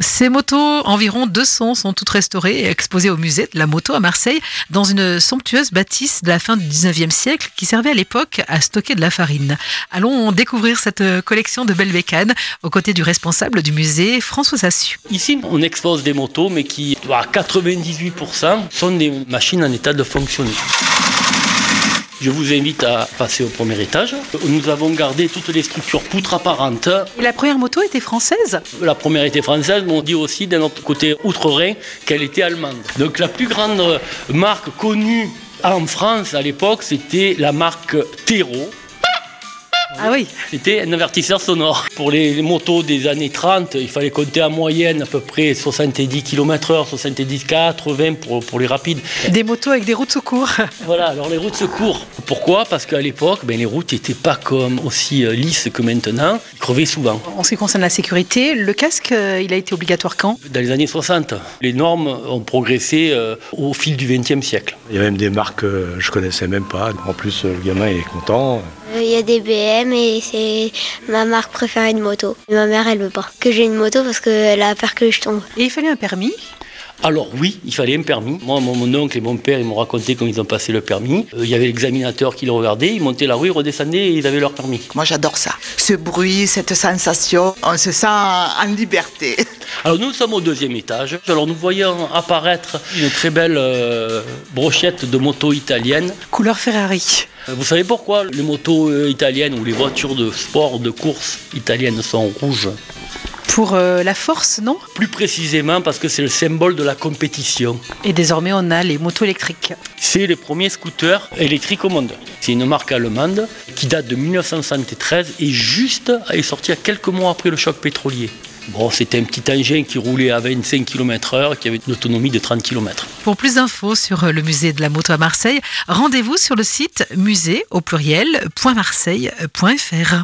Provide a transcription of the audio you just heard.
Ces motos, environ 200, sont toutes restaurées et exposées au musée de la moto à Marseille, dans une somptueuse bâtisse de la fin du 19e siècle qui servait à l'époque à stocker de la farine. Allons découvrir cette collection de belles bécanes aux côtés du responsable du musée, François Sassu. Ici, on expose des motos, mais qui, à 98%, sont des machines en état de fonctionner. Je vous invite à passer au premier étage. Nous avons gardé toutes les structures poutres apparentes. Et la première moto était française La première était française, mais on dit aussi d'un autre côté outre-Rhin qu'elle était allemande. Donc la plus grande marque connue en France à l'époque, c'était la marque Tero. Ah oui C'était un avertisseur sonore. Pour les, les motos des années 30, il fallait compter en moyenne à peu près 70 km/h, 70 80 pour, pour les rapides. Des motos avec des routes de secours. Voilà, alors les routes de secours. Pourquoi Parce qu'à l'époque, ben, les routes n'étaient pas comme aussi euh, lisses que maintenant. Ils crevaient souvent. En ce qui concerne la sécurité, le casque, euh, il a été obligatoire quand Dans les années 60, les normes ont progressé euh, au fil du 20e siècle. Il y a même des marques que je connaissais même pas. En plus, euh, le gamin il est content. Il Euh, y a des BM et c'est ma marque préférée de moto. Ma mère, elle veut pas que j'ai une moto parce qu'elle a peur que je tombe. Et il fallait un permis Alors oui, il fallait un permis. Moi, mon, mon oncle et mon père, ils m'ont raconté comment ils ont passé le permis. Euh, il y avait l'examinateur qui le regardait, ils montaient la rue, ils redescendaient et ils avaient leur permis. Moi, j'adore ça. Ce bruit, cette sensation, on se sent en liberté. Alors nous sommes au deuxième étage. Alors nous voyons apparaître une très belle euh, brochette de moto italienne. Euh, Couleur Ferrari. Vous savez pourquoi les motos euh, italiennes ou les voitures de sport, de course italiennes sont rouges Pour euh, la force, non Plus précisément parce que c'est le symbole de la compétition. Et désormais, on a les motos électriques. C'est le premier scooter électrique au monde. C'est une marque allemande qui date de 1973 et juste est sortie à quelques mois après le choc pétrolier. Bon, c'était un petit engin qui roulait à 25 km/h, qui avait une autonomie de 30 km. Pour plus d'infos sur euh, le musée de la moto à Marseille, rendez-vous sur le site musée au pluriel.marseille.fr.